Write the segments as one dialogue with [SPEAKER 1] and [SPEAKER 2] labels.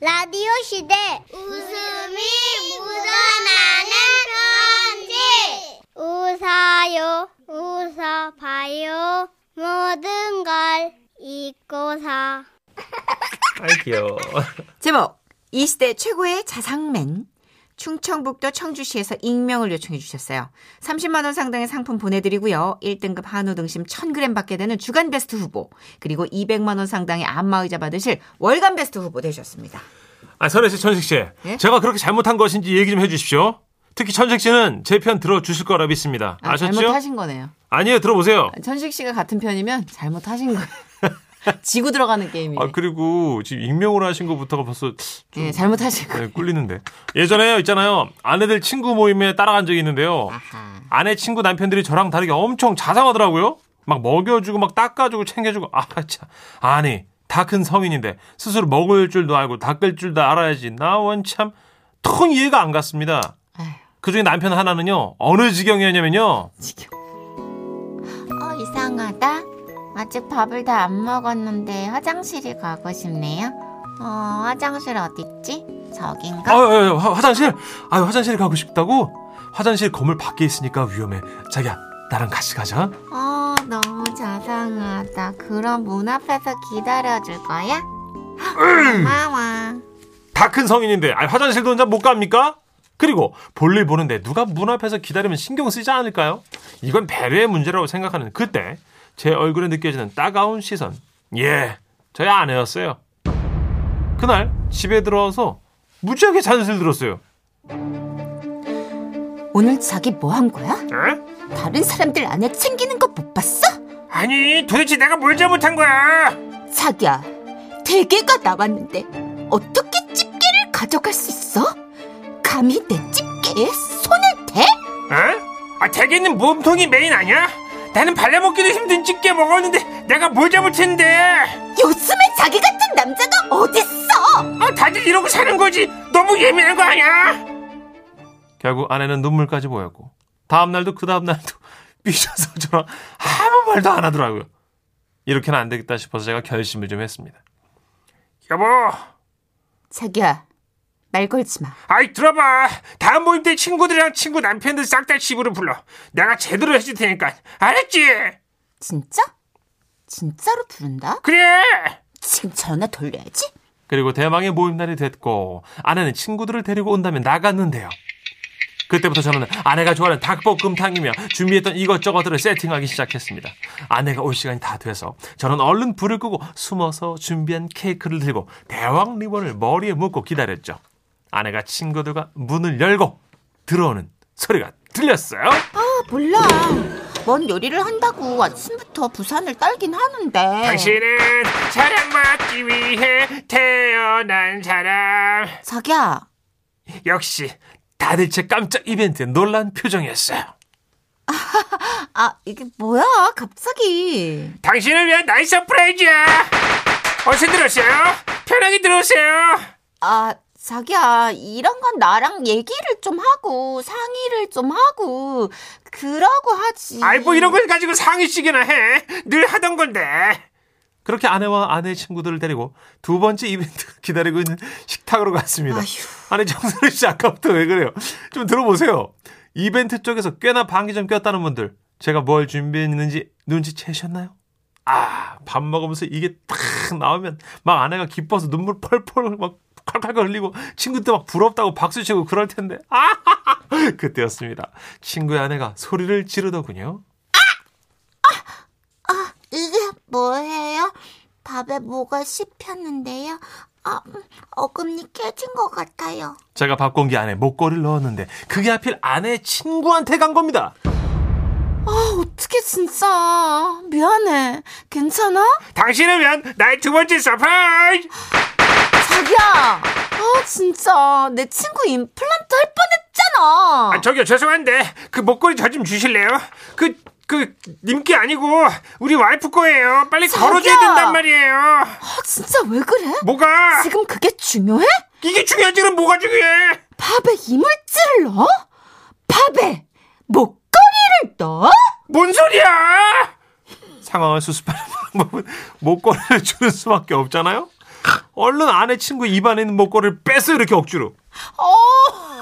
[SPEAKER 1] 라디오 시대 웃음이 묻어나는 편지 웃어요 웃어봐요 모든 걸 잊고서
[SPEAKER 2] 아이 귀여워.
[SPEAKER 3] 제목 이 시대 최고의 자상맨 충청북도 청주시에서 익명을 요청해 주셨어요. 30만 원 상당의 상품 보내드리고요. 1등급 한우 등심 1000g 받게 되는 주간베스트 후보 그리고 200만 원 상당의 안마의자 받으실 월간베스트 후보 되셨습니다.
[SPEAKER 2] 아, 선혜 씨, 천식 씨.
[SPEAKER 3] 예?
[SPEAKER 2] 제가 그렇게 잘못한 것인지 얘기 좀 해주십시오. 특히 천식 씨는 제 편 들어주실 거라 믿습니다.
[SPEAKER 3] 아,
[SPEAKER 2] 아셨죠?
[SPEAKER 3] 잘못하신 거네요.
[SPEAKER 2] 아니에요, 들어보세요.
[SPEAKER 3] 천식 씨가 같은 편이면 잘못하신 거예요. 지고 들어가는 게임이에요.
[SPEAKER 2] 아, 그리고 지금 익명으로 하신 것부터가 벌써 좀
[SPEAKER 3] 예, 잘못하신 거예요.
[SPEAKER 2] 네, 꿀리는데. 예전에 있잖아요. 아내들 친구 모임에 따라간 적이 있는데요.
[SPEAKER 3] 아하.
[SPEAKER 2] 아내 친구 남편들이 저랑 다르게 엄청 자상하더라고요. 막 먹여주고 막 닦아주고 챙겨주고 아 참. 아니 다 큰 성인인데 스스로 먹을 줄도 알고 닦을 줄도 알아야지 나 원참 통 이해가 안 갔습니다.
[SPEAKER 3] 아휴,
[SPEAKER 2] 그중에 남편 하나는요 어느 지경이었냐면요
[SPEAKER 3] 지겨워. 어, 이상하다. 아직 밥을 다 안 먹었는데 화장실이 가고 싶네요. 어, 화장실 어딨지? 저긴가?
[SPEAKER 2] 아유, 아유, 아유, 화- 화장실 아유 화장실 가고 싶다고 화장실 건물 밖에 있으니까 위험해 자기야 나랑 같이 가자
[SPEAKER 3] 어, 너무 자상하다. 그럼 문 앞에서 기다려줄 거야? 고마워.
[SPEAKER 2] 다 큰 성인인데 아니, 화장실도 혼자 못 갑니까? 그리고 볼일 보는데 누가 문 앞에서 기다리면 신경 쓰지 않을까요? 이건 배려의 문제라고 생각하는 그때 제 얼굴에 느껴지는 따가운 시선 예 저희 아내였어요 그날 집에 들어와서 무지하게 잔소리를 들었어요
[SPEAKER 3] 오늘 자기 뭐 한 거야?
[SPEAKER 2] 에?
[SPEAKER 3] 다른 사람들 안에 챙기는 거 못 봤어?
[SPEAKER 2] 아니 도대체 내가 뭘 잘못한 거야
[SPEAKER 3] 자기야, 대게가 나왔는데 어떻게 집게를 가져갈 수 있어? 감히 내 집게에 손을 대?
[SPEAKER 2] 어? 아, 대게는 몸통이 메인 아니야? 나는 발라먹기도 힘든 집게 먹었는데 내가 뭘 잘못했는데
[SPEAKER 3] 요즘에 자기 같은 남자가 어딨어?
[SPEAKER 2] 아, 다들 이러고 사는 거지 너무 예민한 거 아니야? 결국 아내는 눈물까지 보였고 다음날도 그 다음날도 삐져서 저랑 아무 말도 안 하더라고요 이렇게는 안 되겠다 싶어서 제가 결심을 좀 했습니다 여보
[SPEAKER 3] 자기야, 말 걸지 마.
[SPEAKER 2] 아이 들어봐 다음 모임 때 친구들이랑 친구 남편들 싹 다 집으로 불러 내가 제대로 해줄 테니까 알았지?
[SPEAKER 3] 진짜? 진짜로 부른다?
[SPEAKER 2] 그래
[SPEAKER 3] 지금 전화 돌려야지.
[SPEAKER 2] 그리고 대망의 모임날이 됐고 아내는 친구들을 데리고 온다며 나갔는데요. 그때부터 저는 아내가 좋아하는 닭볶음탕이며 준비했던 이것저것들을 세팅하기 시작했습니다. 아내가 올 시간이 다 돼서 저는 얼른 불을 끄고 숨어서 준비한 케이크를 들고 대왕 리본을 머리에 묶고 기다렸죠. 아내가 친구들과 문을 열고 들어오는 소리가 들렸어요.
[SPEAKER 3] 아, 몰라. 뭔 요리를 한다고 아침부터 부산을 딸긴 하는데.
[SPEAKER 2] 당신은 사랑받기 위해 태어난 사람.
[SPEAKER 3] 자기야,
[SPEAKER 2] 역시 다들 제 깜짝 이벤트에 놀란 표정이었어요.
[SPEAKER 3] 아, 이게 뭐야, 갑자기.
[SPEAKER 2] 당신을 위한 나의 서프라이즈야. 어서 들어오세요. 편하게 들어오세요.
[SPEAKER 3] 아, 자기야, 이런 건 나랑 얘기를 좀 하고, 상의를 좀 하고, 그러고 하지.
[SPEAKER 2] 아이 뭐 이런 걸 가지고 상의식이나 해. 늘 하던 건데. 그렇게 아내와 아내 친구들을 데리고 두 번째 이벤트가 기다리고 있는 식탁으로 갔습니다. 아니 정선우 씨 아까부터 왜 그래요? 좀 들어보세요. 이벤트 쪽에서 꽤나 방귀 좀 꼈다는 분들 제가 뭘 준비했는지 눈치채셨나요? 아, 밥 먹으면서 이게 탁 나오면 막 아내가 기뻐서 눈물 펄펄 막 칼칼칼 흘리고 친구들 막 부럽다고 박수치고 그럴 텐데. 아! 그때였습니다. 친구의 아내가 소리를 지르더군요.
[SPEAKER 3] 이게 뭐예요? 밥에 뭐가 씹혔는데요? 아, 어금니 깨진 것 같아요.
[SPEAKER 2] 제가 밥 공기 안에 목걸이를 넣었는데 그게 하필 아내의 친구한테 간 겁니다.
[SPEAKER 3] 아, 어떻게 진짜. 미안해. 괜찮아?
[SPEAKER 2] 당신을 위한 나의 두 번째 서프라이즈!
[SPEAKER 3] 자기야! 아, 진짜. 내 친구 임플란트 할 뻔했잖아.
[SPEAKER 2] 아, 저기요, 죄송한데, 그 목걸이 저 좀 주실래요? 그, 그, 님께 아니고, 우리 와이프 거예요. 빨리
[SPEAKER 3] 저기요.
[SPEAKER 2] 걸어줘야 된단 말이에요.
[SPEAKER 3] 아, 진짜 왜 그래?
[SPEAKER 2] 뭐가?
[SPEAKER 3] 지금 그게 중요해?
[SPEAKER 2] 이게 중요하지, 그럼 뭐가 중요해?
[SPEAKER 3] 밥에 이물질을 넣어? 밥에 목걸이를 넣어?
[SPEAKER 2] 뭔 소리야! 상황을 수습하는 방법은 목걸이를 주는 수밖에 없잖아요? 얼른 아내 친구 입안에 있는 목걸이를 뺐어요 이렇게 억지로
[SPEAKER 4] 어,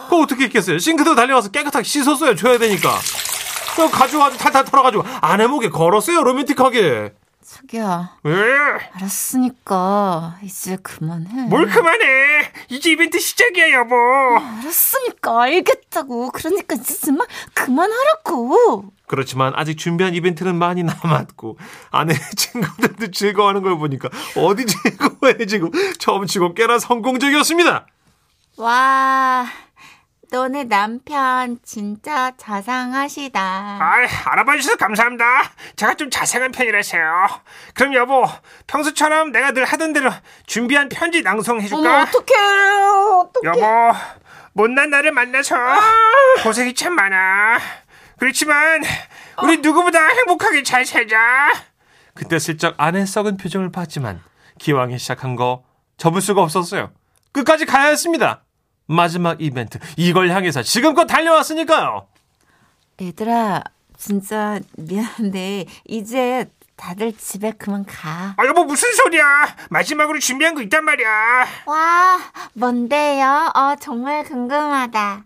[SPEAKER 2] 그거 어떻게 했겠어요 싱크대 달려와서 깨끗하게 씻었어요 줘야 되니까 그거 가져와서 탈탈 털어가지고 아내 목에 걸었어요 로맨틱하게
[SPEAKER 4] 자기야,
[SPEAKER 2] 에,
[SPEAKER 4] 알았으니까 이제 그만해.
[SPEAKER 2] 뭘 그만해 이제 이벤트 시작이야 여보
[SPEAKER 4] 알았으니까 알겠다고. 그러니까 이제 정말 그만하라고.
[SPEAKER 2] 그렇지만 아직 준비한 이벤트는 많이 남았고 아내 친구들도 즐거워하는 걸 보니까 어디 즐거워해지고 점치고 꽤나 성공적이었습니다
[SPEAKER 4] 와, 너네 남편 진짜 자상하시다.
[SPEAKER 2] 아, 알아봐 주셔서 감사합니다. 제가 좀 자생한 편이라서요. 그럼 여보, 평소처럼 내가 늘 하던 대로 준비한 편지 낭송해
[SPEAKER 4] 어머,
[SPEAKER 2] 줄까?
[SPEAKER 4] 어떡해. 어떡해.
[SPEAKER 2] 여보, 못난 나를 만나서 고생이 참 많아. 그렇지만
[SPEAKER 4] 어?
[SPEAKER 2] 우리 누구보다 네, 행복하게 잘 살자. 그때 슬쩍 아내 썩은 표정을 봤지만 기왕에 시작한 거 접을 수가 없었어요. 끝까지 가야 했습니다. 마지막 이벤트 이걸 향해서 지금껏 달려왔으니까요.
[SPEAKER 4] 얘들아, 진짜 미안한데 이제 다들 집에 그만 가.
[SPEAKER 2] 아 여보 무슨 소리야 마지막으로 준비한 거 있단 말이야
[SPEAKER 4] 와, 뭔데요? 어, 정말 궁금하다.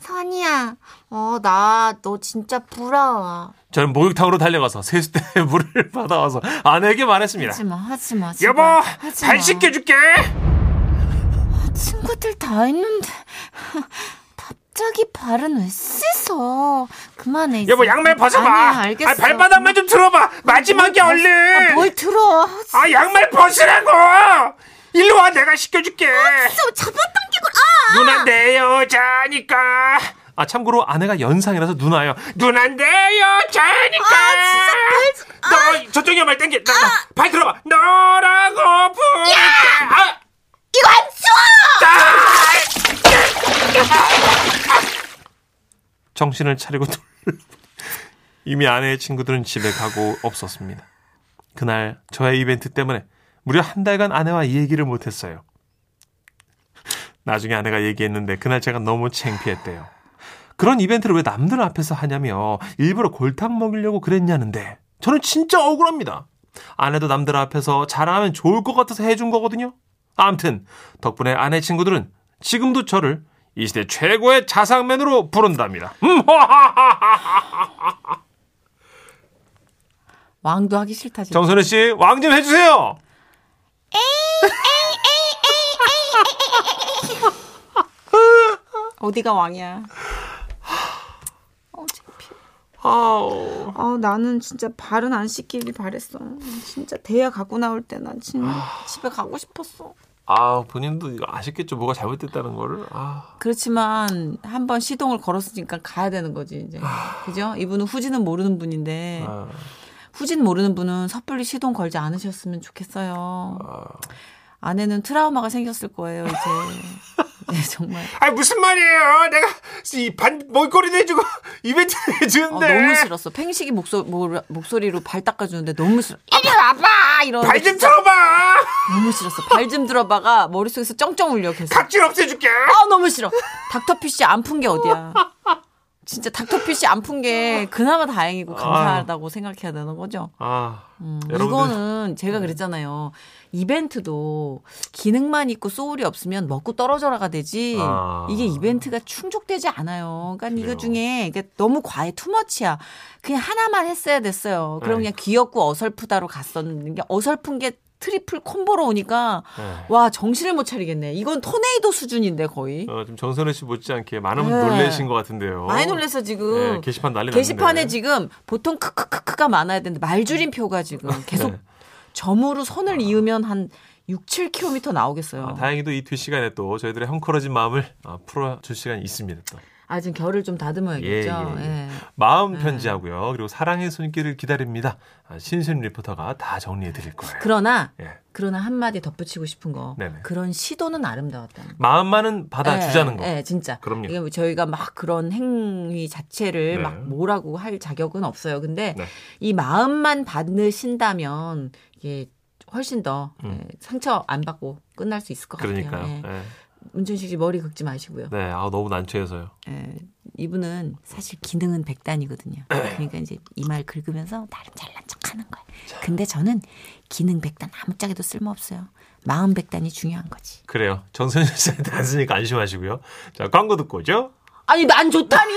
[SPEAKER 4] 선이야, 어, 나 너 진짜 부러워.
[SPEAKER 2] 저는 목욕탕으로 달려가서 세수대에 물을 받아와서 아내에게 말했습니다
[SPEAKER 4] 하지마, 하지마. 제발.
[SPEAKER 2] 여보
[SPEAKER 4] 하지 마.
[SPEAKER 2] 발 씻겨줄게
[SPEAKER 4] 친구들 다 있는데 갑자기 발은 왜 씻어? 그만해. 이제.
[SPEAKER 2] 여보 양말 벗어봐
[SPEAKER 4] 아니야, 알겠어.
[SPEAKER 2] 아, 발바닥만 좀 들어봐 마지막이야 얼른
[SPEAKER 4] 아, 뭘 들어?
[SPEAKER 2] 아 양말 벗으라고 일로 와 내가 씻겨줄게
[SPEAKER 4] 좀 어, 잡아당기고 아!
[SPEAKER 2] 누나 내 여자니까 아 참고로 아내가 연상이라서 누나예요 누나 내 여자니까
[SPEAKER 4] 아, 진짜 발-
[SPEAKER 2] 너 저쪽에 말 땡겨
[SPEAKER 4] 아.
[SPEAKER 2] 나, 나, 발 들어봐 너라고 부를게 아!
[SPEAKER 4] 이거 안 좋아!
[SPEAKER 2] 정신을 차리고 돌 이미 아내의 친구들은 집에 가고 없었습니다. 그날 저의 이벤트 때문에 무려 한 달간 아내와 얘기를 못했어요. 나중에 아내가 얘기했는데 그날 제가 너무 창피했대요. 그런 이벤트를 왜 남들 앞에서 하냐며 일부러 골탕 먹이려고 그랬냐는데 저는 진짜 억울합니다. 아내도 남들 앞에서 잘하면 좋을 것 같아서 해준 거거든요. 암튼 덕분에 아내 친구들은 지금도 저를 이 시대 최고의 자상맨으로 부른답니다. 음,
[SPEAKER 4] 왕도 하기 싫다 진짜.
[SPEAKER 2] 정선혜 씨, 왕 좀 해주세요.
[SPEAKER 4] 어디가 왕이야? 어, 창피해. 아, 나는 진짜 발은 안 씻기길 바랬어. 진짜 대야 갖고 나올 때 난
[SPEAKER 3] 아.
[SPEAKER 4] 집에 가고 싶었어.
[SPEAKER 2] 아, 본인도 이거 아쉽겠죠. 뭐가 잘못됐다는 거를. 아,
[SPEAKER 3] 그렇지만 한 번 시동을 걸었으니까 가야 되는 거지 이제
[SPEAKER 4] 아.
[SPEAKER 3] 그죠? 이분은 후지는 모르는 분인데
[SPEAKER 2] 아,
[SPEAKER 3] 후진 모르는 분은 섣불리 시동 걸지 않으셨으면 좋겠어요.
[SPEAKER 2] 아.
[SPEAKER 3] 아내는 트라우마가 생겼을 거예요 이제 이제 정말
[SPEAKER 2] 아니, 무슨 말이에요? 내가 이반 먹거리도 해주고 이벤트
[SPEAKER 3] 어,
[SPEAKER 2] 해주는데
[SPEAKER 3] 너무 싫었어. 팽식이 목소 뭐, 목소리로 발 닦아주는데 너무 싫어. 이리 와봐 이러.
[SPEAKER 2] 발 좀 틀어봐.
[SPEAKER 3] 너무 싫었어. 발 좀 들어봐가 머릿속에서 쩡쩡 울려 계속.
[SPEAKER 2] 각질 없애줄게.
[SPEAKER 3] 아 너무 싫어. 닥터피쉬 안 푼 게 어디야. 진짜 닥터피쉬 안 푼 게 그나마 다행이고 감사하다고 생각해야 되는 거죠.
[SPEAKER 2] 아,
[SPEAKER 3] 음,
[SPEAKER 2] 여러분들 네.
[SPEAKER 3] 이거는 제가 그랬잖아요. 이벤트도 기능만 있고 소울이 없으면 먹고 떨어져라가 되지.
[SPEAKER 2] 아.
[SPEAKER 3] 이게 이벤트가 충족되지 않아요. 그러니까
[SPEAKER 2] 그래요.
[SPEAKER 3] 이거 중에 이게 너무 과해 투머치야. 그냥 하나만 했어야 됐어요. 그럼
[SPEAKER 2] 네.
[SPEAKER 3] 그냥 귀엽고 어설프다로 갔었는 게 어설픈 게 트리플 콤보로 오니까
[SPEAKER 2] 네.
[SPEAKER 3] 와 정신을 못 차리겠네. 이건 토네이도 수준인데 거의.
[SPEAKER 2] 어, 좀 정선혜 씨 못지않게 많은 분
[SPEAKER 3] 네.
[SPEAKER 2] 놀래신 것 같은데요.
[SPEAKER 3] 많이 놀라서 지금
[SPEAKER 2] 예, 게시판 난리
[SPEAKER 3] 게시판에
[SPEAKER 2] 났는데.
[SPEAKER 3] 지금 보통 크크크크가 많아야 되는데 말줄임표가 지금 계속
[SPEAKER 2] 음. 네.
[SPEAKER 3] 점으로 선을 이으면 한 6, 7km
[SPEAKER 2] 아,
[SPEAKER 3] 나오겠어요.
[SPEAKER 2] 다행히도 이 뒷 시간에 또 저희들의 헝클어진 마음을 아, 풀어줄 시간이 있습니다. 또.
[SPEAKER 3] 아, 지금 결을 좀 다듬어야겠죠.
[SPEAKER 2] 예, 예,
[SPEAKER 3] 예,
[SPEAKER 2] 예. 마음 편지하고요. 그리고 사랑의 손길을 기다립니다. 아, 신순 리포터가 다 정리해 드릴 거예요.
[SPEAKER 3] 그러나
[SPEAKER 2] 예.
[SPEAKER 3] 그러나 한마디 덧붙이고 싶은 거
[SPEAKER 2] 네네.
[SPEAKER 3] 그런 시도는 아름다웠다.
[SPEAKER 2] 마음만은 받아주자는 거.
[SPEAKER 3] 예, 예, 진짜.
[SPEAKER 2] 그럼요.
[SPEAKER 3] 이게 뭐 저희가 막 그런 행위 자체를
[SPEAKER 2] 네.
[SPEAKER 3] 막 뭐라고 할 자격은 없어요. 근데
[SPEAKER 2] 네.
[SPEAKER 3] 이 마음만 받으신다면 이게 훨씬 더
[SPEAKER 2] 음.
[SPEAKER 3] 예, 상처 안 받고 끝날 수 있을 것
[SPEAKER 2] 그러니까요.
[SPEAKER 3] 같아요. 예.
[SPEAKER 2] 예.
[SPEAKER 3] 문천식 씨 머리 긁지 마시고요.
[SPEAKER 2] 네, 아 너무 난처해서요.
[SPEAKER 3] 예, 이분은 사실 기능은 백단이거든요. 그러니까 이제 이 말 긁으면서 나름 잘난 척하는 거예요. 근데 저는 기능 백단 아무짝에도 쓸모 없어요. 마음 백단이 중요한 거지.
[SPEAKER 2] 그래요. 정선영 씨한테 안 쓰니까 안심하시고요. 자, 광고 듣고 오죠.
[SPEAKER 5] 아니 난 좋다니.